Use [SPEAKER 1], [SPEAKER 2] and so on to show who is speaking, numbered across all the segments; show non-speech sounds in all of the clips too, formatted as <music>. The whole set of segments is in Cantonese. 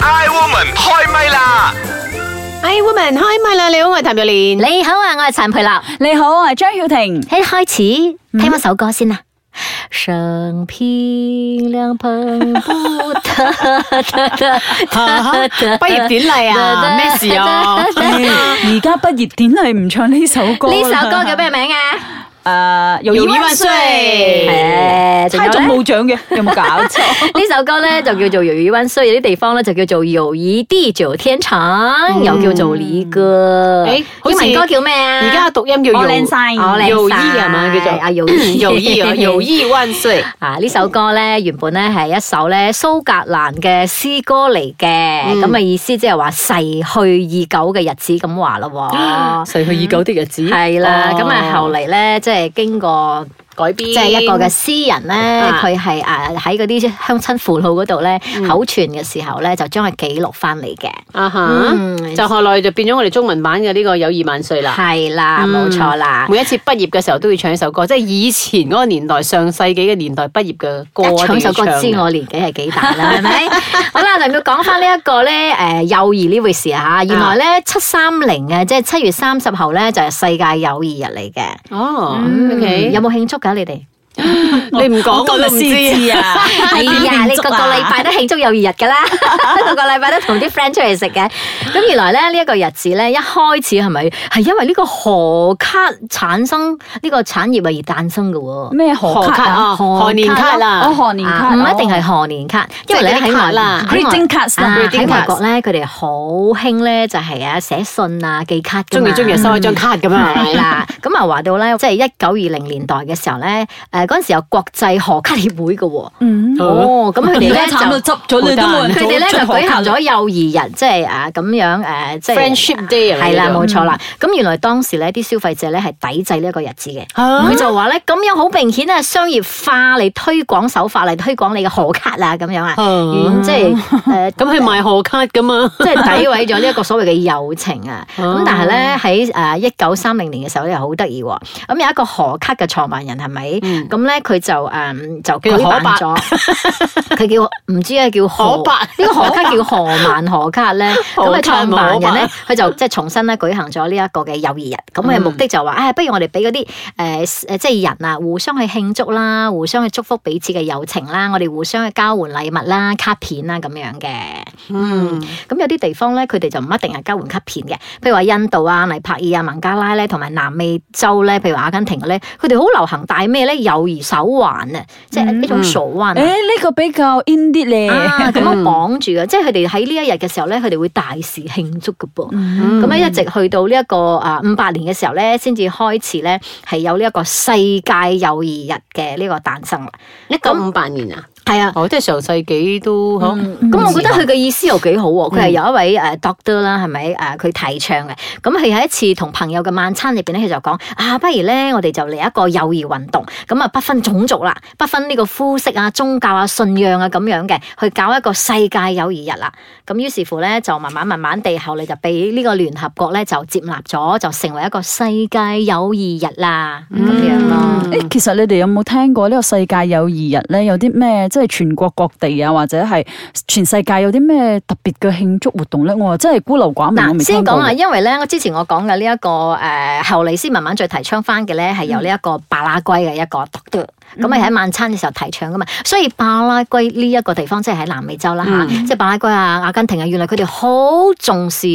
[SPEAKER 1] I Woman 開唛啦！
[SPEAKER 2] 哎，woman 開唛啦！你好，我係譚玉蓮。
[SPEAKER 3] 你好啊，我係陳佩樂。
[SPEAKER 4] 你好，我係張曉婷。
[SPEAKER 3] 一開始
[SPEAKER 2] 嗯
[SPEAKER 3] 聽一首歌
[SPEAKER 2] <laughs>
[SPEAKER 3] 先啦。生平兩捧不得，
[SPEAKER 2] 畢業典禮啊，咩事啊？
[SPEAKER 4] 而家畢業典禮唔唱呢首歌啦，
[SPEAKER 3] 呢首
[SPEAKER 4] <laughs>
[SPEAKER 3] 歌叫咩名啊？
[SPEAKER 4] 誒，友誼萬歲，
[SPEAKER 3] 誒，仲
[SPEAKER 4] 猜
[SPEAKER 3] 有
[SPEAKER 4] 中
[SPEAKER 3] 咧
[SPEAKER 4] 冇獎嘅， <laughs> 有冇搞
[SPEAKER 3] <laughs>
[SPEAKER 4] 錯？
[SPEAKER 3] 呢首歌咧就叫做《友誼灣衰》，有啲地方咧就叫做《友誼地久天長》，又叫做離歌。
[SPEAKER 2] 嗯誒好
[SPEAKER 3] 英
[SPEAKER 2] 似
[SPEAKER 3] 文歌叫咩啊？
[SPEAKER 2] 而家嘅讀音叫
[SPEAKER 4] 我
[SPEAKER 2] 友
[SPEAKER 4] 靚晒
[SPEAKER 3] 我靚
[SPEAKER 2] 友誼
[SPEAKER 3] 晒
[SPEAKER 2] 係嘛？叫做
[SPEAKER 3] 啊友誼
[SPEAKER 2] 友誼啊，友誼萬歲！
[SPEAKER 3] 啊！呢首歌咧原本咧係一首咧蘇格蘭嘅詩歌嚟嘅，
[SPEAKER 2] 嗯
[SPEAKER 3] 咁嘅、意思即係話逝去已久嘅日子咁話咯
[SPEAKER 2] <laughs>
[SPEAKER 3] 喎。
[SPEAKER 2] 逝去已久的日子
[SPEAKER 3] 係啦，
[SPEAKER 2] 哦
[SPEAKER 3] 咁啊、後
[SPEAKER 2] 嚟
[SPEAKER 3] 嚟咧即係經過。
[SPEAKER 2] 改編，
[SPEAKER 3] 即係一個嘅詩人咧，
[SPEAKER 2] 啊嗯
[SPEAKER 3] 佢係誒喺嗰啲鄉親父老嗰度咧口傳嘅時候咧，就將佢記錄翻嚟嘅。
[SPEAKER 2] 啊
[SPEAKER 3] 嗯
[SPEAKER 2] 哈，就後來就變咗我哋中文版嘅呢個友誼萬歲啦。
[SPEAKER 3] 係啦，
[SPEAKER 2] 嗯
[SPEAKER 3] 冇錯啦。
[SPEAKER 2] 每一次畢業嘅時候都要唱一首歌，即係以前嗰個年代、上世紀嘅年代畢業嘅歌
[SPEAKER 3] 一唱
[SPEAKER 2] 一定
[SPEAKER 3] 首
[SPEAKER 2] 要
[SPEAKER 3] 歌
[SPEAKER 2] 唱啊
[SPEAKER 3] 知
[SPEAKER 2] 嘅
[SPEAKER 3] 我年紀係幾大
[SPEAKER 2] <laughs>
[SPEAKER 3] 啦，係咪？好啦，就要講翻呢一個咧，誒友誼呢回事啊嚇。原來咧七三零啊嘅，即係七月三十號咧，就係世界友誼日嚟嘅。
[SPEAKER 2] 哦
[SPEAKER 3] 嗯
[SPEAKER 2] Ờ, ，OK，
[SPEAKER 3] 有冇慶祝㗎？你哋？
[SPEAKER 2] 你唔講我都唔
[SPEAKER 4] 先
[SPEAKER 2] 知。
[SPEAKER 3] <laughs>
[SPEAKER 4] 啊！
[SPEAKER 3] 係啊，你個個禮拜都慶祝友誼日㗎啦，個個禮拜都同啲 friend 出嚟食嘅。咁原來咧呢一個日子咧，一開始係咪係因為呢個賀卡產生呢個產業啊而誕生嘅喎？
[SPEAKER 4] 咩賀
[SPEAKER 2] 賀
[SPEAKER 4] 卡
[SPEAKER 2] 卡
[SPEAKER 4] 啊？
[SPEAKER 2] 啊，
[SPEAKER 3] 賀
[SPEAKER 2] 賀年卡
[SPEAKER 4] 哦，
[SPEAKER 2] 啦，
[SPEAKER 4] 賀年卡哦
[SPEAKER 3] 啊唔一定係賀年卡，因為咧
[SPEAKER 2] 即係嗰啲
[SPEAKER 3] 喺
[SPEAKER 2] 卡
[SPEAKER 3] 外
[SPEAKER 2] 啦
[SPEAKER 3] 喺外
[SPEAKER 4] Greeting cards 啦
[SPEAKER 3] 啊
[SPEAKER 2] Greeting
[SPEAKER 3] 喺
[SPEAKER 2] cards
[SPEAKER 3] 外國咧，佢哋好興咧就係啊寫信啊寄卡㗎
[SPEAKER 2] 中
[SPEAKER 3] 嘛
[SPEAKER 2] 意中意收一張卡咁啊，
[SPEAKER 3] 係啦，咁啊話到咧，即係一九二零年代嘅時候咧，誒嗰陣時有國際賀卡協會嘅喎，
[SPEAKER 4] 嗯，
[SPEAKER 3] 哦，咁佢哋
[SPEAKER 4] 而
[SPEAKER 3] 咧
[SPEAKER 4] 家
[SPEAKER 3] 就
[SPEAKER 4] 慘啊到執咗你都冇人
[SPEAKER 3] 佢
[SPEAKER 4] 做
[SPEAKER 3] 哋咧就
[SPEAKER 4] 出
[SPEAKER 3] 舉
[SPEAKER 4] 賀卡
[SPEAKER 3] 行咗幼兒日，即係啊咁樣誒，即係
[SPEAKER 2] Friendship Day 啊
[SPEAKER 3] 係啦，
[SPEAKER 2] 呢個
[SPEAKER 3] 冇錯啦。咁原來當時咧啲消費者咧係抵制呢一個日子嘅。
[SPEAKER 2] 啊
[SPEAKER 3] 佢就話咧，咁樣好明顯係商業化嚟推廣手法嚟推廣你嘅賀卡啦，咁樣啊，
[SPEAKER 2] 嗯
[SPEAKER 3] 嗯即係誒，
[SPEAKER 2] 咁去賣賀卡噶嘛？
[SPEAKER 3] <laughs> 即係詆毀咗呢一個所謂嘅友情啊！
[SPEAKER 2] 哦
[SPEAKER 3] 咁但係咧喺誒一九三零年嘅時候咧，好得意喎。咁有一個賀卡嘅創辦人係咪？
[SPEAKER 2] 嗯
[SPEAKER 3] 咁咧佢就誒就
[SPEAKER 2] 叫做
[SPEAKER 3] 舉辦咗，佢叫唔知啊叫
[SPEAKER 2] 可
[SPEAKER 3] 何
[SPEAKER 2] 伯
[SPEAKER 3] 呢個 <laughs> 賀卡叫何曼賀卡咧。咁
[SPEAKER 2] 賀
[SPEAKER 3] 嘅
[SPEAKER 2] 卡
[SPEAKER 3] 創
[SPEAKER 2] 冇
[SPEAKER 3] 辦人
[SPEAKER 2] 可
[SPEAKER 3] 咧，佢就即係重新咧舉行咗呢一個嘅友誼日。咁佢嘅目的就話：，啊唉，不如我哋俾嗰啲誒誒即係人啊，互相去慶祝啦，互相去祝福彼此嘅友情啦，我哋互相去交換禮物啦、卡片啦咁樣嘅。
[SPEAKER 2] 嗯，
[SPEAKER 3] 咁有啲地方咧，佢哋就唔一定係交換卡片嘅，譬如話印度啊、尼泊爾啊、孟加拉咧，同埋南美洲咧，譬如話阿根廷咧，佢哋好流行戴咩咧？友誼手環啊，即係一種手環
[SPEAKER 4] 誒，
[SPEAKER 3] 啊。
[SPEAKER 4] 呢個比較 in 啲
[SPEAKER 3] <laughs>
[SPEAKER 4] 咧。
[SPEAKER 3] 啊，咁樣綁住嘅，即係佢哋喺呢一日嘅時候咧，佢哋會大肆慶祝嘅噃。咁咧、一直去到呢、一個啊五八年嘅時候咧，先至開始咧係有呢一個世界友誼日嘅呢個誕生啦。
[SPEAKER 2] 一九五八年啊，
[SPEAKER 3] 係啊，
[SPEAKER 2] 哦，即係上世紀都嗬。
[SPEAKER 3] 咁我覺得佢嘅意思又幾好喎，佢係有一位誒 doctor 啦，係咪誒佢提倡嘅？咁佢喺一次同朋友嘅晚餐入邊咧，佢就講啊，不如咧我哋就嚟一個友誼運動，咁啊不分種族啦，不分呢個膚色啊、宗教啊、信仰啊咁樣嘅，去搞一個世界友誼日啦。咁於是乎咧，就慢慢慢慢地後嚟就俾呢個聯合國咧就接納咗，就成為一個世界友誼日啦，咁樣咯。
[SPEAKER 4] 誒，其實你哋有冇聽過呢個世界友誼日咧？有啲咩即係全國各地啊，或者係全世界有啲咩特別嘅慶祝活動咧？我真係孤陋寡聞，我
[SPEAKER 3] 嗱，
[SPEAKER 4] 未
[SPEAKER 3] 先
[SPEAKER 4] 聽過
[SPEAKER 3] 講啊，
[SPEAKER 4] 嘅。
[SPEAKER 3] 因為咧，我之前我講嘅呢一個誒、呃、後嚟先慢慢再提倡翻嘅咧，係由呢一個巴拉圭嘅一個 doctor，咁係喺晚餐嘅時候提倡噶嘛，所以巴拉圭呢一個地方即係喺南美洲啦嚇，即係巴拉圭啊、阿根廷啊，原來佢哋好重視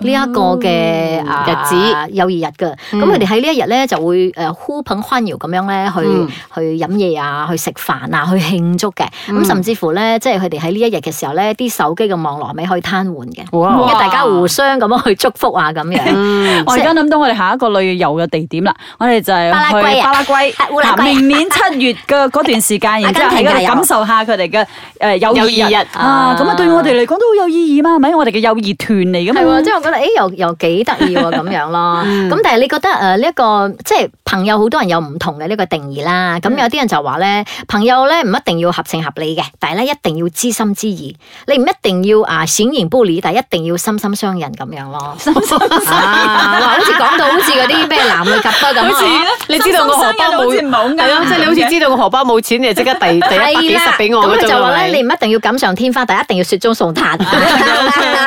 [SPEAKER 3] 呢一個嘅、
[SPEAKER 2] 嗯
[SPEAKER 3] 啊
[SPEAKER 2] 日子
[SPEAKER 3] 友誼日嘅，
[SPEAKER 2] 嗯
[SPEAKER 3] 咁佢哋喺呢一日咧就會誒呼朋歡搖咁樣咧去、
[SPEAKER 2] 嗯
[SPEAKER 3] 去飲嘢啊，去食飯啊，去慶祝嘅，咁、甚至乎咧即係佢哋喺呢一日嘅時候咧，啲手機嘅網絡咪可以癱瘓嘅。
[SPEAKER 2] 哇嗯
[SPEAKER 3] 因為大家互相咁樣去祝福啊，咁樣。
[SPEAKER 4] 我而家諗到我哋下一個旅遊嘅地點啦，我哋就係
[SPEAKER 3] 巴拉圭
[SPEAKER 4] 去
[SPEAKER 3] 啊
[SPEAKER 4] 巴拉圭
[SPEAKER 3] 係烏。拉
[SPEAKER 4] 嗱
[SPEAKER 3] 圭
[SPEAKER 4] 明年七月嘅嗰段時間，然之後喺嗰度感受下佢哋嘅誒友
[SPEAKER 2] 友誼
[SPEAKER 4] 誼
[SPEAKER 2] 日
[SPEAKER 4] 日啊，咁啊對我哋嚟講都好有意義嘛，係咪？我哋嘅友誼團嚟噶
[SPEAKER 3] 啊係喎，
[SPEAKER 4] 嘛
[SPEAKER 2] 嗯
[SPEAKER 3] 即。係我覺得，誒又又幾得意喎咁樣咯。咁但係你覺得誒呢一個即係朋友好多人有唔同嘅呢個定義啦。
[SPEAKER 2] 嗯
[SPEAKER 3] 咁有啲人就話咧，朋友咧唔一定要合情合理嘅，但係咧一定要知心知意。你唔一定要啊閃言不理，但係一定要心心相印咁樣咯。心心 <laughs> 啊，哇好似講到好似嗰啲咩男女夾多
[SPEAKER 2] <laughs>
[SPEAKER 3] 咁啊
[SPEAKER 2] 你知道我荷包冇，
[SPEAKER 4] 唔啊
[SPEAKER 2] 係咯，
[SPEAKER 4] 好
[SPEAKER 2] 即係你好似知道我荷包冇錢，你就即刻遞遞一百幾十俾我
[SPEAKER 3] 係
[SPEAKER 2] 嗰
[SPEAKER 3] 啦咁佢
[SPEAKER 2] 種
[SPEAKER 3] 就話
[SPEAKER 2] 係
[SPEAKER 3] 咧，
[SPEAKER 2] 咪？
[SPEAKER 3] 你唔一定要錦上添花，但係一定要雪中送
[SPEAKER 2] <laughs>
[SPEAKER 3] 炭。 <laughs>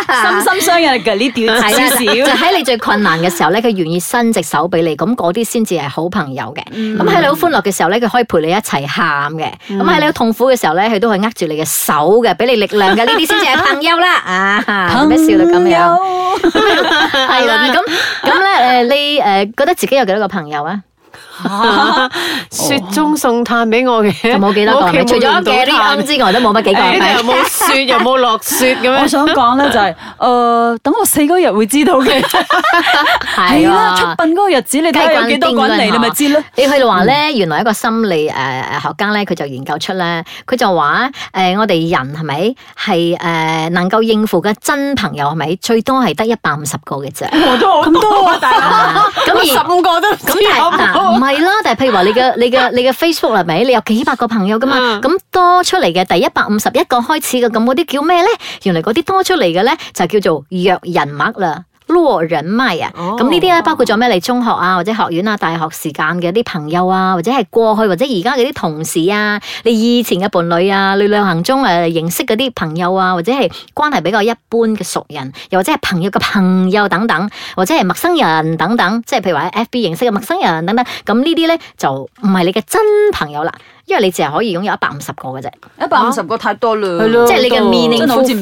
[SPEAKER 4] 心心相印啊嘅呢啲
[SPEAKER 3] 係啊啦，
[SPEAKER 4] 少
[SPEAKER 3] 就喺你最困難嘅時候咧，佢願意伸隻手俾你，咁嗰啲先至係好朋友嘅。咁喺你好歡樂嘅時候咧，佢可以陪你一齊喊嘅。咁喺你好痛苦嘅時候咧，佢都係握住你嘅手嘅，俾你力量嘅。呢啲先至係朋 <laughs> 友啦。啊，咩笑到咁樣？ <laughs> 係啦， <laughs> 咁咁咧誒，你誒覺得自己有幾多個朋友啊？
[SPEAKER 2] <laughs> 雪中送炭俾我嘅，
[SPEAKER 3] 就冇幾多個，
[SPEAKER 2] 我屋企
[SPEAKER 3] 除
[SPEAKER 2] 冇
[SPEAKER 3] 咗
[SPEAKER 2] 用到
[SPEAKER 3] 嘅啲
[SPEAKER 2] 炭
[SPEAKER 3] 啱之外，都冇乜幾 <laughs> 個。
[SPEAKER 2] 誒又冇雪又冇落雪咁
[SPEAKER 4] 我
[SPEAKER 2] 樣。
[SPEAKER 4] 想講咧就係，誒，等我死嗰日會知道
[SPEAKER 3] <laughs>
[SPEAKER 4] 嘅。係
[SPEAKER 3] 係
[SPEAKER 4] 啦，出
[SPEAKER 3] 啊。
[SPEAKER 4] 殯嗰個日子，你睇下有幾多個人嚟，你咪知咯。
[SPEAKER 3] 你佢話咧，
[SPEAKER 2] 嗯
[SPEAKER 3] 原來一個心理誒誒學家咧，佢就研究出咧，佢就話誒、呃我哋人係咪係誒能夠應付嘅真朋友係咪最多係得一百五十個嘅啫？
[SPEAKER 2] <laughs>
[SPEAKER 4] 我都好多啊，大
[SPEAKER 3] 啊咁
[SPEAKER 2] 我十
[SPEAKER 3] 而
[SPEAKER 2] 五個都唔知
[SPEAKER 3] 咁但
[SPEAKER 2] 有
[SPEAKER 3] 係嗱，唔
[SPEAKER 2] 冇。
[SPEAKER 3] 係啦，但係譬如話你嘅你嘅你嘅 Facebook 係咪？你有幾百個朋友噶嘛？
[SPEAKER 2] 嗯
[SPEAKER 3] 咁、多出嚟嘅第一百五十一個開始嘅，咁嗰啲叫咩咧？原來嗰啲多出嚟嘅咧就叫做弱人脈啦。落人脈啊，
[SPEAKER 2] 哦
[SPEAKER 3] 咁呢啲咧包括咗咩？你中學啊，或者學院啊、大學時間嘅啲朋友啊，或者係過去或者而家嘅啲同事啊，你以前嘅伴侶啊，你旅行中誒認識嗰啲朋友啊，或者係關係比較一般嘅熟人，又或者係朋友嘅朋友等等，或者係陌生人等等，即係譬如話喺 FB 認識嘅陌生人等等，咁呢啲咧就唔係你嘅真朋友啦，因為你淨係可以擁有一百五十個嘅啫，
[SPEAKER 4] 一百五十個太多啦，
[SPEAKER 2] 係咯
[SPEAKER 3] 即係你嘅
[SPEAKER 4] 哦真係好
[SPEAKER 3] meaningful
[SPEAKER 4] 似唔覺咁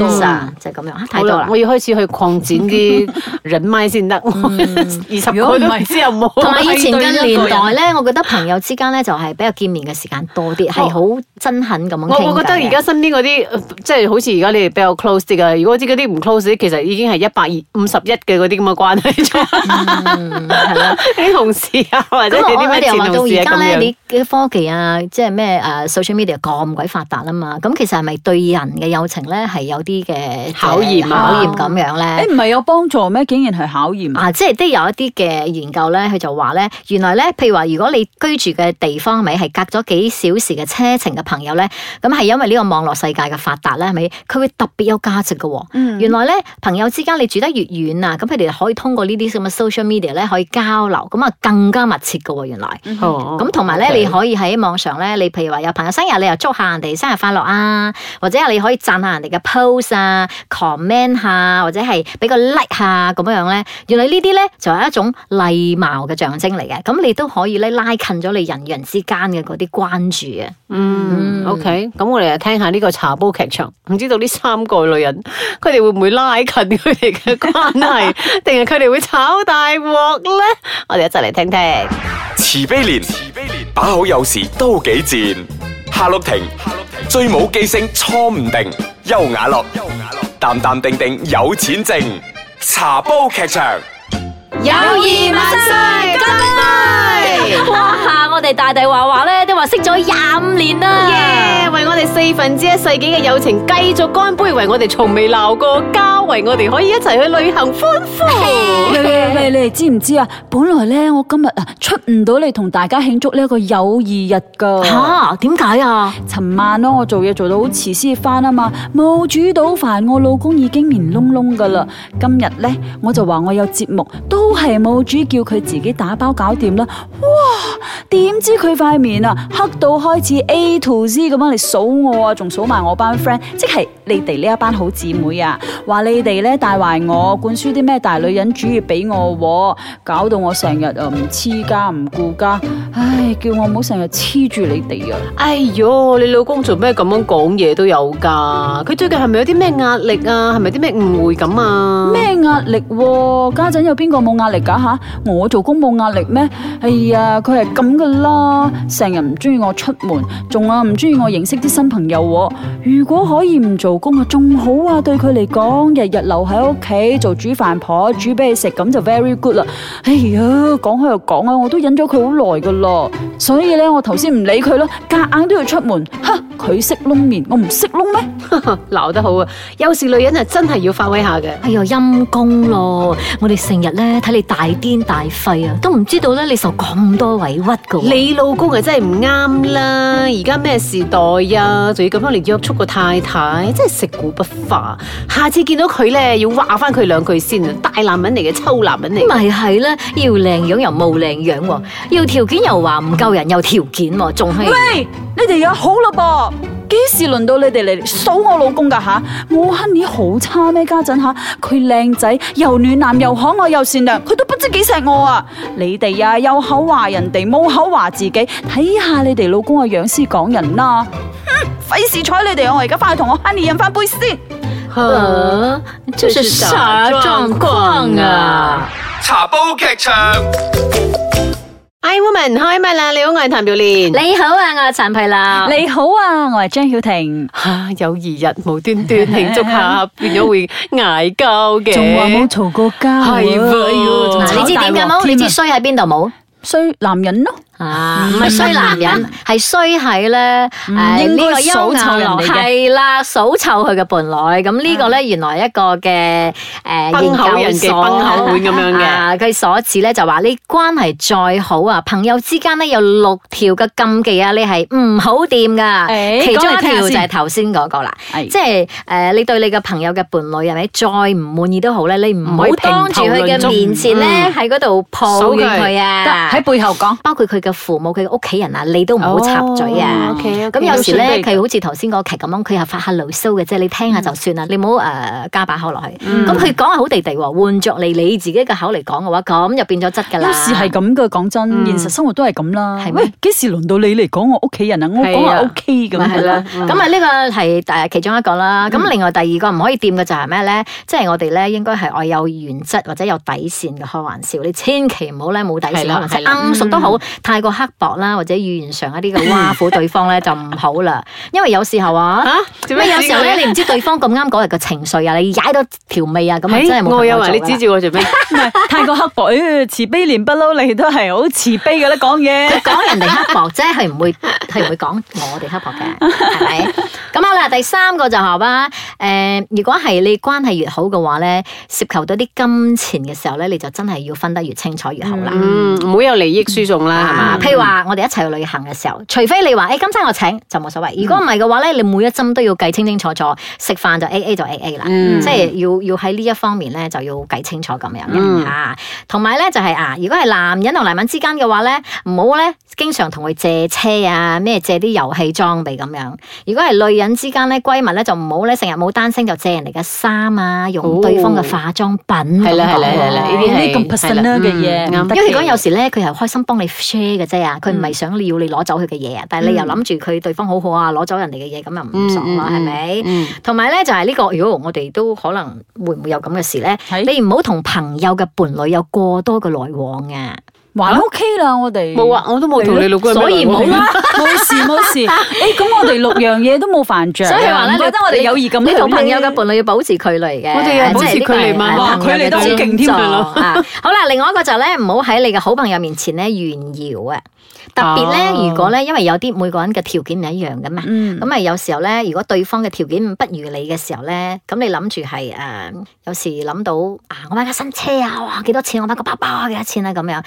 [SPEAKER 4] 多
[SPEAKER 3] friends 啊，就係咁樣啊，太
[SPEAKER 2] 好
[SPEAKER 3] 多
[SPEAKER 2] 啦
[SPEAKER 3] 啦，
[SPEAKER 2] 我。要開始去擴展啲 <laughs> 人咪先得，二十
[SPEAKER 4] 如果
[SPEAKER 2] 個
[SPEAKER 4] 唔
[SPEAKER 2] 都唔
[SPEAKER 4] 係
[SPEAKER 2] 知有冇。
[SPEAKER 3] 同埋以前嘅年代
[SPEAKER 4] 我
[SPEAKER 3] 咧，我覺得朋友之間咧就係比較見面嘅時間多啲，係好真懇咁樣傾偈嘅
[SPEAKER 2] 哦我我覺得而家身邊嗰啲，呃即係好似而家你哋比較 close 啲嘅，如果知嗰啲唔 close 啲，其實已經係一百二五十一嘅嗰啲咁嘅關係 <laughs> 咗。 <laughs>
[SPEAKER 3] 嗯係啦。
[SPEAKER 2] 啲同事啊，或者
[SPEAKER 3] 咁
[SPEAKER 2] 你啲
[SPEAKER 3] 我我
[SPEAKER 2] 咩
[SPEAKER 3] 哋
[SPEAKER 2] 前
[SPEAKER 3] 又話到
[SPEAKER 2] 同
[SPEAKER 3] 而
[SPEAKER 2] 事啊
[SPEAKER 3] 家咧，
[SPEAKER 2] 咁樣。
[SPEAKER 3] 你嘅科技啊，即係咩誒 social media 咁鬼發達啊嘛，咁其實係咪對人嘅友情咧係有啲嘅
[SPEAKER 2] 考驗啊
[SPEAKER 3] 考驗咁樣咧？
[SPEAKER 4] 誒唔係有幫助咩？竟然係考驗。
[SPEAKER 3] 啊，即係都有一啲嘅研究咧，佢就話咧，原來咧，譬如話，如果你居住嘅地方係咪係隔咗幾小時嘅車程嘅朋友咧，咁係因為呢個網絡世界嘅發達咧，係咪佢會特別有價值嘅喎、原來咧，朋友之間你住得越遠啊，咁佢哋可以通過呢啲咁嘅 social media 咧，可以交流，咁啊更加密切嘅喎、原來。咁
[SPEAKER 2] 咁
[SPEAKER 3] 同埋咧，你可以喺網上咧，你譬如話有朋友生日，你又祝下人哋生日快樂啊，或者係你可以讚下人哋嘅 post 啊，comment 下，或者係俾個 like 下咁樣樣咧。原來呢啲咧就係一種禮貌嘅象徵嚟嘅，咁你都可以咧拉近咗你人與人之間嘅嗰啲關注啊。
[SPEAKER 2] 嗯，OK，咁我哋就聽下呢個茶煲劇場，唔知道呢三個女人佢哋會唔會拉近佢哋嘅關係， <laughs> 定係佢哋會炒大鑊咧？我哋一齊嚟聽聽。
[SPEAKER 1] 慈悲蓮，慈悲蓮，把好有時都幾賤。夏綠庭，夏綠庭，最冇記性錯唔定。優雅樂，優雅樂，淡淡定定有錢剩。茶煲劇場，
[SPEAKER 3] 友誼萬歲，乾杯！哇！我哋大大話話咧都話識咗廿五年啦。
[SPEAKER 2] 耶！為我哋四分之一世紀嘅友情繼續乾杯，為我哋從未鬧過交，為我哋可以一齊去旅行歡呼。
[SPEAKER 4] 喂喂喂，你哋知唔知啊？本來咧，我今日啊出唔到嚟同大家慶祝呢一個友誼日噶。
[SPEAKER 3] 吓？點解啊？
[SPEAKER 4] 尋晚咯，我做嘢做到好遲先翻啊嘛，冇煮到飯，我老公已經面窿窿噶啦。今日呢，我就話我有節目，都係冇煮，叫佢自己打包搞掂啦。哇！點知佢塊面啊黑到開始 A to Z 咁樣嚟數我啊，仲數埋我班 friend，即係你哋呢一班好姊妹啊，話你哋呢帶壞我，灌輸啲咩大女人主義俾我喎，搞到我成日啊唔黐家唔顧家，唉，叫我唔好成日黐住你哋啊！
[SPEAKER 2] <laughs> 哎喲，你老公做咩咁樣講嘢都有噶？佢最近係咪有啲咩壓力啊？係咪啲咩誤會咁啊？？
[SPEAKER 4] 咩壓力喎、家陣有邊個冇壓力㗎吓？我做工冇壓力咩？哎呀，佢係咁噶啦，成日唔中意我出門，仲啊唔中意我認識啲新朋友喎。如果可以唔做工啊，仲好啊，對佢嚟講，日日留喺屋企做煮飯婆，煮俾你食咁就 very good 啦。哎呀，講開又講啊，我都忍咗佢好耐噶啦，所以咧我頭先唔理佢咯，夾硬都要出門。哈，佢識窿面，我唔識窿咩？
[SPEAKER 2] 鬧得好啊！有時女人啊，真係要發威下嘅。
[SPEAKER 3] 哎呀，陰公咯！我哋成日咧睇你大癲大肺啊，都唔知道咧你受咁多委屈噶。
[SPEAKER 2] 你老公啊真係唔啱啦！而家咩時代啊，仲要咁樣嚟約束個太太，真係食古不化。下次見到佢咧，要話翻佢兩句先啊！大男人嚟嘅，臭男人嚟嘅。
[SPEAKER 3] 咪係咧，要靚樣又冇靚樣喎，要條件又話唔夠人有條件喎，仲係
[SPEAKER 4] 喂，你哋又好啦噃，幾時輪到你哋嚟數我老公噶吓？我 Honey 好差咩家陣吓？佢靚仔又暖男又可愛又善良，佢都不知幾錫我啊！你哋啊，有口話人哋，冇口話自己，睇下你哋老公嘅樣先講人啦、哼，費事睬你哋啊，我而家翻去同我 Honey 飲翻杯先。
[SPEAKER 2] 啊
[SPEAKER 3] 呃，這是啥狀況啊？
[SPEAKER 1] 茶煲劇場。
[SPEAKER 2] I woman 開唛啦！你好，我係譚妙蓮。
[SPEAKER 3] 你好啊，我係陳皮啦。
[SPEAKER 4] 你好啊，我係張曉婷，
[SPEAKER 2] 吓、有二日無端端慶祝下，
[SPEAKER 3] <laughs>
[SPEAKER 2] 變咗會嗌交嘅。
[SPEAKER 4] 嘈過交
[SPEAKER 2] 係喎哎呦仲
[SPEAKER 3] 嗱，你知點㗎冇？你
[SPEAKER 4] 啊
[SPEAKER 3] 知衰喺邊度冇？
[SPEAKER 4] 衰男人咯？
[SPEAKER 3] 啊，唔係衰男人，係衰喺咧
[SPEAKER 4] 嗯
[SPEAKER 3] 誒呢
[SPEAKER 4] 應該
[SPEAKER 3] 個優
[SPEAKER 4] 數臭
[SPEAKER 3] 雅
[SPEAKER 4] 人
[SPEAKER 3] 樂
[SPEAKER 4] 哋嘅
[SPEAKER 3] 係啦，數臭佢嘅伴侶。咁呢個咧原來一個嘅誒
[SPEAKER 2] 崩口人
[SPEAKER 3] 研
[SPEAKER 2] 忌
[SPEAKER 3] 究
[SPEAKER 2] 崩口
[SPEAKER 3] 所
[SPEAKER 2] 碗咁樣嘅。
[SPEAKER 3] 啊，佢所指咧就話你關係再好啊，朋友之間咧有六條嘅禁忌啊，你係唔好掂噶。
[SPEAKER 4] 誒
[SPEAKER 3] 其中
[SPEAKER 4] 講
[SPEAKER 3] 一
[SPEAKER 4] 嚟
[SPEAKER 3] 條就
[SPEAKER 4] 聽下先嗯
[SPEAKER 3] 係頭先嗰個啦，
[SPEAKER 4] 係
[SPEAKER 3] 即係誒、呃你對你嘅朋友嘅伴侶係咪再唔滿意都好咧，你唔好
[SPEAKER 2] 唔可以
[SPEAKER 3] 當住佢
[SPEAKER 2] 評頭論足
[SPEAKER 3] 嘅面前
[SPEAKER 4] 嗯
[SPEAKER 3] 咧喺嗰度抱怨佢啊。
[SPEAKER 4] 喺背後講。
[SPEAKER 3] 包括佢嘅父母、佢嘅屋企人啊，你都唔好插嘴啊
[SPEAKER 2] 哦。，OK，OK，
[SPEAKER 3] 咁有時
[SPEAKER 2] 都
[SPEAKER 3] 咧，
[SPEAKER 2] 算係
[SPEAKER 3] 佢好似頭先嗰個劇咁樣，佢係發下牢騷嘅啫，你聽下就算啦，你唔好誒加把口落去。
[SPEAKER 2] 嗯
[SPEAKER 3] 咁佢講係好地地喎，換作你你自己嘅口嚟講嘅話，咁就變咗質㗎啦。
[SPEAKER 4] 有時係咁噶，講真，
[SPEAKER 2] 嗯
[SPEAKER 4] 現實生活都係咁啦
[SPEAKER 3] 係。咩
[SPEAKER 4] 喂，幾時輪到你嚟講我屋企人啊？我講
[SPEAKER 2] 係
[SPEAKER 4] 話
[SPEAKER 2] 啊
[SPEAKER 4] O K 咁
[SPEAKER 2] 咪係
[SPEAKER 4] 樣
[SPEAKER 2] 啦
[SPEAKER 4] 啦。
[SPEAKER 2] 嗯
[SPEAKER 3] 咁啊，呢個係誒其中一個啦。咁另外第二個唔可以掂嘅就係咩咧？即係我哋咧應該係愛有原則或者有底線嘅開玩笑，你千祈唔好咧冇底線
[SPEAKER 2] 係
[SPEAKER 3] 開
[SPEAKER 2] 啦
[SPEAKER 3] 玩笑，
[SPEAKER 2] 係啦嗯
[SPEAKER 3] 啱熟都好，太過刻薄啦，或者語言上一啲嘅挖苦對方咧就唔好啦。因為有時
[SPEAKER 2] <laughs>
[SPEAKER 3] 候啊
[SPEAKER 2] 吓。，做
[SPEAKER 3] 咩
[SPEAKER 2] 咩
[SPEAKER 3] 有時候咧，
[SPEAKER 2] 指
[SPEAKER 3] 你唔知對方咁啱嗰日嘅情緒啊，你踩到條尾啊，咁
[SPEAKER 2] 我
[SPEAKER 3] 啊
[SPEAKER 2] 嘅
[SPEAKER 3] 真係冇
[SPEAKER 2] 誒
[SPEAKER 3] 朋友
[SPEAKER 2] 我有話你
[SPEAKER 3] 做㗎啦
[SPEAKER 2] 指住我做咩？
[SPEAKER 4] 唔係太過刻薄， <laughs> 誒慈悲連不嬲，你都係好慈悲嘅啦，講嘢。
[SPEAKER 3] 講人哋刻薄啫，係唔會係唔會講我哋刻薄嘅，係
[SPEAKER 2] <laughs>
[SPEAKER 3] 咪？咁好啦，第三個就係話，誒、如果係你關係越好嘅話咧，涉及到啲金錢嘅時候咧，你就真係要分得越清楚越好啦。
[SPEAKER 2] 嗯，唔好有利益輸送啦，係嘛、
[SPEAKER 3] 啊，譬如話我哋一齊去旅行嘅時候，除非你話誒、哎今餐我請就冇所謂，如果唔係嘅話咧，你每一針都要計清清楚楚，食飯就 A A 就 A A 啦，
[SPEAKER 2] 嗯
[SPEAKER 3] 即係要要喺呢一方面咧就要計清楚咁樣
[SPEAKER 2] 嗯
[SPEAKER 3] 嘅啊。同埋咧就係、啊，如果係男人同男人之間嘅話咧，唔好咧經常同佢借車啊，咩借啲遊戲裝備咁樣。如果係女人之間咧，閨蜜咧就唔好咧成日冇單聲就借人哋嘅衫啊，用對方嘅化妝品咁
[SPEAKER 2] 哦係啦係
[SPEAKER 3] 講
[SPEAKER 2] 啦係啦，
[SPEAKER 3] 喎
[SPEAKER 2] 呢啲係
[SPEAKER 4] 呢咁 personal 嘅嘢
[SPEAKER 2] 嗯啱
[SPEAKER 4] 唔得嗯
[SPEAKER 3] 因為佢講有時咧，佢係開心幫你 share 嘅啫啊，佢唔係想要你攞走佢嘅嘢啊，但係你又諗住佢對方好好啊，攞走人哋嘅嘢咁又唔爽啦，係咪？
[SPEAKER 2] 嗯
[SPEAKER 3] 同埋咧就係呢個，如果我哋都可能會唔會有咁嘅事咧？
[SPEAKER 4] 係
[SPEAKER 3] 你唔好同朋友嘅伴侶有過多嘅來往啊！
[SPEAKER 4] 還 O K 啦，我哋
[SPEAKER 2] 冇啊，，我都冇同你老公有咩
[SPEAKER 3] 所以
[SPEAKER 2] 來往
[SPEAKER 3] 冇啦。
[SPEAKER 4] 冇事冇事。誒，咁我哋六樣嘢都冇犯着啊。
[SPEAKER 3] 所以話咧，
[SPEAKER 4] 唔覺得我哋友誼咁
[SPEAKER 3] 你同
[SPEAKER 4] 好
[SPEAKER 3] 朋友嘅
[SPEAKER 4] 咧
[SPEAKER 3] 伴侶要保持距離嘅，啊
[SPEAKER 2] 我哋又保持
[SPEAKER 3] 即係呢個係
[SPEAKER 2] 距離嘛
[SPEAKER 3] 係
[SPEAKER 4] 哇
[SPEAKER 3] 朋友
[SPEAKER 4] 距離都好
[SPEAKER 3] 嘅
[SPEAKER 4] 勁添
[SPEAKER 3] 尊
[SPEAKER 4] 係咯
[SPEAKER 3] 重啊！ <laughs> 好啦，另外一個就咧，唔好喺你嘅好朋友面前咧炫耀啊！特別
[SPEAKER 2] 哦
[SPEAKER 4] 啊
[SPEAKER 3] 咧，如果咧，因為有啲每個人嘅條件唔一樣噶嘛。
[SPEAKER 4] 嗯，
[SPEAKER 3] 咁啊，有時候咧，如果對方嘅條件不如你嘅時候咧，咁你諗住係誒，有時諗到啊，我買架新車啊，哇，幾多錢？我買個包包啊，幾多錢啊？咁樣，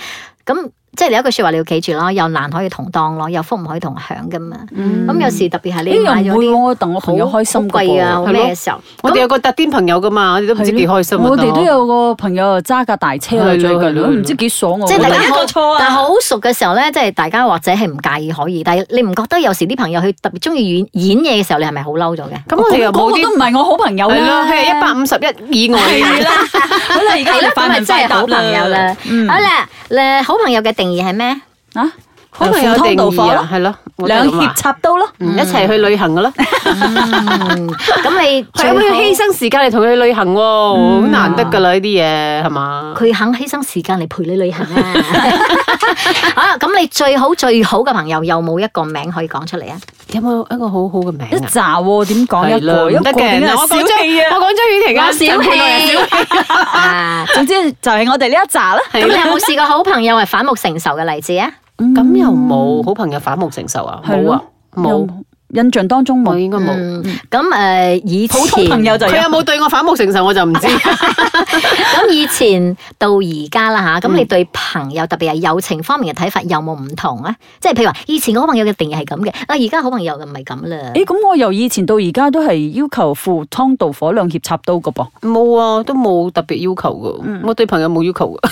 [SPEAKER 3] 咁即係你有一句説話你要記住咯，有難可以同當咯，有福唔可以同享噶嘛。
[SPEAKER 4] 嗯
[SPEAKER 3] 咁有時特別係
[SPEAKER 4] 呢
[SPEAKER 3] 你買咗
[SPEAKER 4] 樣唔會
[SPEAKER 3] 啲
[SPEAKER 4] 喎，我等我朋友開心
[SPEAKER 3] 好
[SPEAKER 4] 嘅
[SPEAKER 3] 貴
[SPEAKER 4] 喎
[SPEAKER 3] 啊，
[SPEAKER 2] 喎
[SPEAKER 3] 咩嘅時候，
[SPEAKER 2] 我哋有個特癲朋友噶嘛，我哋都唔知幾開心啊
[SPEAKER 4] 我哋都
[SPEAKER 2] 當
[SPEAKER 4] 有個朋友又揸架大車
[SPEAKER 2] 係
[SPEAKER 4] 啦，
[SPEAKER 2] 咯
[SPEAKER 4] 最
[SPEAKER 2] 係
[SPEAKER 4] 近
[SPEAKER 2] 咯
[SPEAKER 4] 都唔知幾爽我。
[SPEAKER 3] 即係大
[SPEAKER 4] 我
[SPEAKER 3] 家
[SPEAKER 4] 第一個錯
[SPEAKER 3] 好，但係
[SPEAKER 4] 啊！
[SPEAKER 3] 好熟嘅時候咧，即係大家或者係唔介意可以，但係你唔覺得有時啲朋友佢特別中意演演嘢嘅時候，你係咪好嬲咗嘅？
[SPEAKER 2] 咁我哋又
[SPEAKER 4] 嗰
[SPEAKER 2] 冇
[SPEAKER 4] 個都
[SPEAKER 2] 啲
[SPEAKER 4] 唔係我好朋友
[SPEAKER 2] 係咯，
[SPEAKER 4] 啦，
[SPEAKER 2] 佢係啊一百五十一以外
[SPEAKER 4] 係啦，好啦，而家
[SPEAKER 3] 係啦
[SPEAKER 4] 我哋，
[SPEAKER 3] 咁
[SPEAKER 4] 快
[SPEAKER 3] 咪
[SPEAKER 4] 問
[SPEAKER 3] 真
[SPEAKER 4] 快
[SPEAKER 3] 係
[SPEAKER 4] 答
[SPEAKER 3] 好朋友啦。
[SPEAKER 4] 嗯
[SPEAKER 3] 好啦，咧好朋友嘅定義係咩？
[SPEAKER 4] 啊，
[SPEAKER 2] 可能有定義啊，係咯，我都係
[SPEAKER 4] 兩
[SPEAKER 2] 咁話
[SPEAKER 4] 肋插刀咯。
[SPEAKER 2] 嗯一齊去旅行噶啦，
[SPEAKER 3] 嗯咁你
[SPEAKER 2] 係咁
[SPEAKER 3] <laughs> 最
[SPEAKER 2] 要
[SPEAKER 3] 好
[SPEAKER 2] 犧牲時間嚟同佢去旅行喎，好難得噶啦呢啲嘢係嘛？
[SPEAKER 3] 佢肯犧牲時間嚟陪你旅 <laughs> 行啊！好啦，咁你最好最好嘅朋友有冇一個名可以講出嚟啊？
[SPEAKER 2] 有冇一個好好嘅名
[SPEAKER 4] 一
[SPEAKER 2] 啊？
[SPEAKER 4] 扎喎，點講一
[SPEAKER 2] 係啦
[SPEAKER 4] 個？一
[SPEAKER 2] 唔
[SPEAKER 4] 個
[SPEAKER 2] 得嘅，
[SPEAKER 4] 點
[SPEAKER 2] 嗱
[SPEAKER 4] 係
[SPEAKER 2] 我
[SPEAKER 4] 小
[SPEAKER 2] 講張
[SPEAKER 4] 氣啊！
[SPEAKER 2] 我講張雨婷啊，
[SPEAKER 3] 小氣啊！
[SPEAKER 4] 總之就係我哋呢一扎啦。
[SPEAKER 3] 咁你 <laughs> 有冇試過好朋友係反目成仇嘅例子啊？
[SPEAKER 2] 咁又冇好朋友反目成仇啊？
[SPEAKER 4] 係
[SPEAKER 2] 冇啊
[SPEAKER 4] 咯，
[SPEAKER 2] 冇，，
[SPEAKER 4] 有印象當中
[SPEAKER 2] 我
[SPEAKER 4] 冇。
[SPEAKER 2] 應該冇。
[SPEAKER 3] 嗯，咁诶，以前
[SPEAKER 4] 普通朋友就有
[SPEAKER 2] 佢有冇對我反目成仇我就唔知。
[SPEAKER 3] 咁以前到而家啦
[SPEAKER 2] 嗯
[SPEAKER 3] 吓，咁你對朋友特別係友情方面嘅睇法有冇唔同啊？即係譬如話，以前嘅好朋友嘅定義係咁嘅，啊而家好朋友就唔係咁啦。
[SPEAKER 4] 誒，咁我由以前到而家都係要求赴湯蹈火兩肋插刀嘅噃。
[SPEAKER 2] 冇啊，都冇特別要求噶。我對朋友冇要求噶，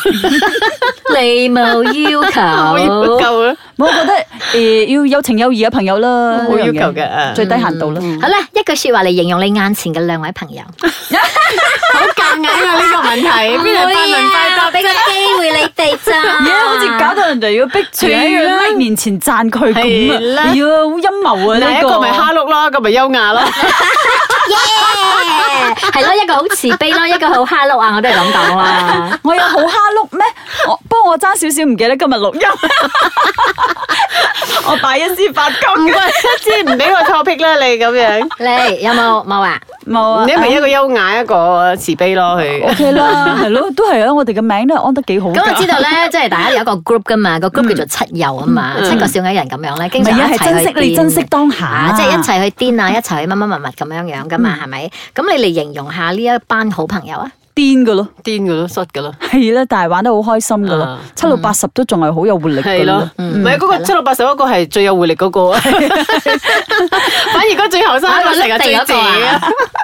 [SPEAKER 3] 你冇
[SPEAKER 2] <laughs>
[SPEAKER 3] 要
[SPEAKER 2] 我要
[SPEAKER 3] 求。
[SPEAKER 2] 求啊，
[SPEAKER 4] 我覺得誒要有情有義嘅朋友啦，
[SPEAKER 2] 冇要
[SPEAKER 4] 呢樣嘢
[SPEAKER 2] 求嘅啊
[SPEAKER 4] 最低
[SPEAKER 3] ừ,
[SPEAKER 4] 限度啦。 <laughs>
[SPEAKER 3] 好啦，一句说話嚟形容你眼前嘅兩位朋友。
[SPEAKER 2] 好夾硬啊呢個問題，邊係快問快答
[SPEAKER 3] 俾個機會你哋咋？
[SPEAKER 4] 嘢
[SPEAKER 2] <laughs>
[SPEAKER 4] 好似搞到人哋要逼住喺
[SPEAKER 2] 係啦
[SPEAKER 4] 佢 like 面前讚佢咁
[SPEAKER 2] 係啦
[SPEAKER 4] 啊！哎呀，好陰謀啊！
[SPEAKER 2] 嗱，
[SPEAKER 4] 呢
[SPEAKER 2] 一個咪蝦碌啦，一個咪優雅啦。
[SPEAKER 3] 耶！係咯，一個好慈悲咯，一個好蝦碌啊，我都係咁
[SPEAKER 2] <laughs>
[SPEAKER 3] 講啦。
[SPEAKER 4] 我有好蝦碌咩？我不過我爭少少唔記得今日錄音， <laughs> 我大一先發
[SPEAKER 2] 唔
[SPEAKER 4] 金嘅
[SPEAKER 2] 怪之唔俾我 topic 啦，你咁樣，
[SPEAKER 3] 你有冇冇啊？
[SPEAKER 4] 冇啊
[SPEAKER 2] 你咪一個優雅，一個慈悲咯，佢。
[SPEAKER 4] ，OK 啦，係咯，都係啊，我哋嘅名都係安得幾好㗎。嗯
[SPEAKER 3] 咁我知道咧，即係大家有一個 group 噶嘛，個 group 叫做七友啊嘛，七個小矮人咁樣咧，經常一
[SPEAKER 4] 唔係
[SPEAKER 3] 齊
[SPEAKER 4] 啊係珍惜
[SPEAKER 3] 去
[SPEAKER 4] 你
[SPEAKER 3] 癲
[SPEAKER 4] 珍惜當下嗯
[SPEAKER 3] 啊即係一齊去癲啊，一齊去乜乜乜乜咁樣樣噶嘛，係咪？咁你嚟形容下呢一班好朋友啊？
[SPEAKER 4] 癲嘅咯，
[SPEAKER 2] 癲噶咯，塞噶咯，
[SPEAKER 4] 係啦，但係玩得好開心嘅咯
[SPEAKER 2] 啊，
[SPEAKER 4] 七老八十都仲係好有活力
[SPEAKER 2] 係
[SPEAKER 4] 嘅
[SPEAKER 2] 咯
[SPEAKER 4] 咯，。
[SPEAKER 2] 唔係嗰個七六八十嗰個係最有活力嗰個，反而嗰個最後生嗰個成日最正啊！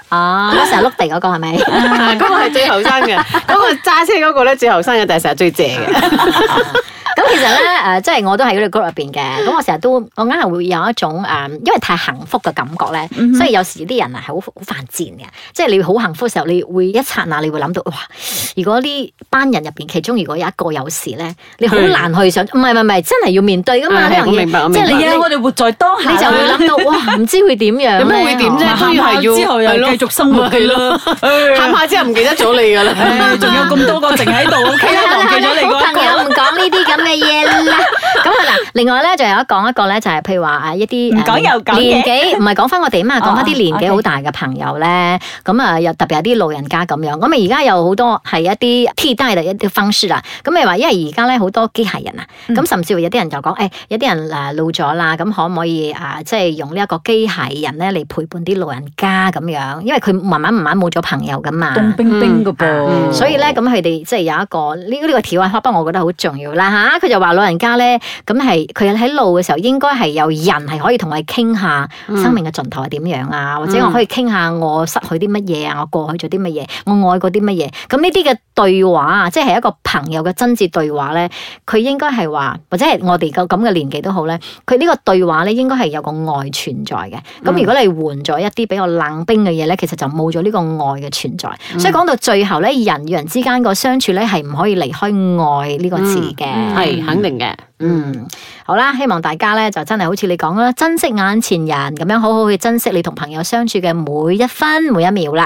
[SPEAKER 3] 啊， <laughs> 哦成日碌地嗰個係咪？
[SPEAKER 2] <laughs> 嗰個係最後生嘅，嗰個揸車嗰個咧最後生嘅，但係成日最正嘅。
[SPEAKER 3] 咁其實 <laughs> 咧，誒、即係我都喺嗰個 group 入邊嘅。咁我成日都，我硬係會有一種誒、因為太幸福嘅感覺咧，
[SPEAKER 2] 嗯
[SPEAKER 3] 所以有時啲人係好好犯賤嘅。即係你好幸福嘅時候，你會一剎那，你會諗到，哇！如果呢班人入邊其中如果有一個有事咧，你好
[SPEAKER 2] 係
[SPEAKER 3] 難去想，唔係唔係唔係，真係要面對噶嘛
[SPEAKER 2] 啊
[SPEAKER 3] 呢樣
[SPEAKER 2] 我嗯明白我
[SPEAKER 3] 嘢。即
[SPEAKER 2] 明白
[SPEAKER 3] 係你
[SPEAKER 4] 係啊，
[SPEAKER 3] 你
[SPEAKER 4] 我哋活在當下啦，
[SPEAKER 3] 你就會諗到，哇！唔知會點樣呢？
[SPEAKER 2] 有咩會點啫都
[SPEAKER 3] 係嘛
[SPEAKER 2] 要係要
[SPEAKER 4] 之後又
[SPEAKER 2] 係咯
[SPEAKER 4] 繼續生活嘅咯，
[SPEAKER 2] 喊下之後唔記得咗你噶啦。
[SPEAKER 4] 唉仲有咁多個剩喺度，OK 啦，忘記咗你嗰
[SPEAKER 3] 好朋
[SPEAKER 4] 一個
[SPEAKER 3] 友。唔講呢啲咁嘅嘢
[SPEAKER 4] <laughs>
[SPEAKER 3] 啦。咁啊嗱，另外咧就有一講一個咧，就係譬如話啊一啲
[SPEAKER 4] 唔講又講嘅
[SPEAKER 3] 誒年
[SPEAKER 4] <laughs>
[SPEAKER 3] 紀，唔係講翻我哋啊嘛，講翻啲年紀
[SPEAKER 4] 哦
[SPEAKER 3] 好大嘅朋友咧，咁啊又特別有啲老人家咁樣。咁啊而家有好多係一啲替代嘅一啲方式啦。啊咁咪話，因為而家咧好多機械人啊，
[SPEAKER 4] 嗯
[SPEAKER 3] 咁甚至乎有啲人就講，誒有啲人呃誒老咗啦，咁可唔可以啊即係用呢一個機械人咧嚟陪伴啲老人家咁樣？因為佢慢慢慢慢冇咗朋友噶嘛。
[SPEAKER 4] 凍冰冰嘅
[SPEAKER 2] 嗯
[SPEAKER 4] 噃，
[SPEAKER 3] 所以咧，咁佢哋即係有一個呢呢、個條啊，不過我覺得好重要啦吓。佢就話老人家咧，咁係佢喺路嘅時候，應該係有人係可以同佢傾下生命嘅盡頭係點樣啊，或者我可以傾下我失去啲乜嘢啊，我過去咗啲乜嘢，我愛過啲乜嘢。咁呢啲嘅對話啊，即係一個朋友嘅真摯對話咧，佢應該係話，或者係我哋個咁嘅年紀都好咧，佢呢個對話咧應該係有個愛存在嘅。咁如果你換咗一啲比較冷冰嘅嘢咧，其實就冇咗呢個愛嘅存在。所以講到最後咧，人與人之間個相處咧係唔可以離開愛呢個字嘅。
[SPEAKER 2] 嗯係肯定嘅，
[SPEAKER 3] 嗯，好啦，希望大家咧就真係好似你講啦，珍惜眼前人咁樣，好好去珍惜你同朋友相處嘅每一分每一秒啦。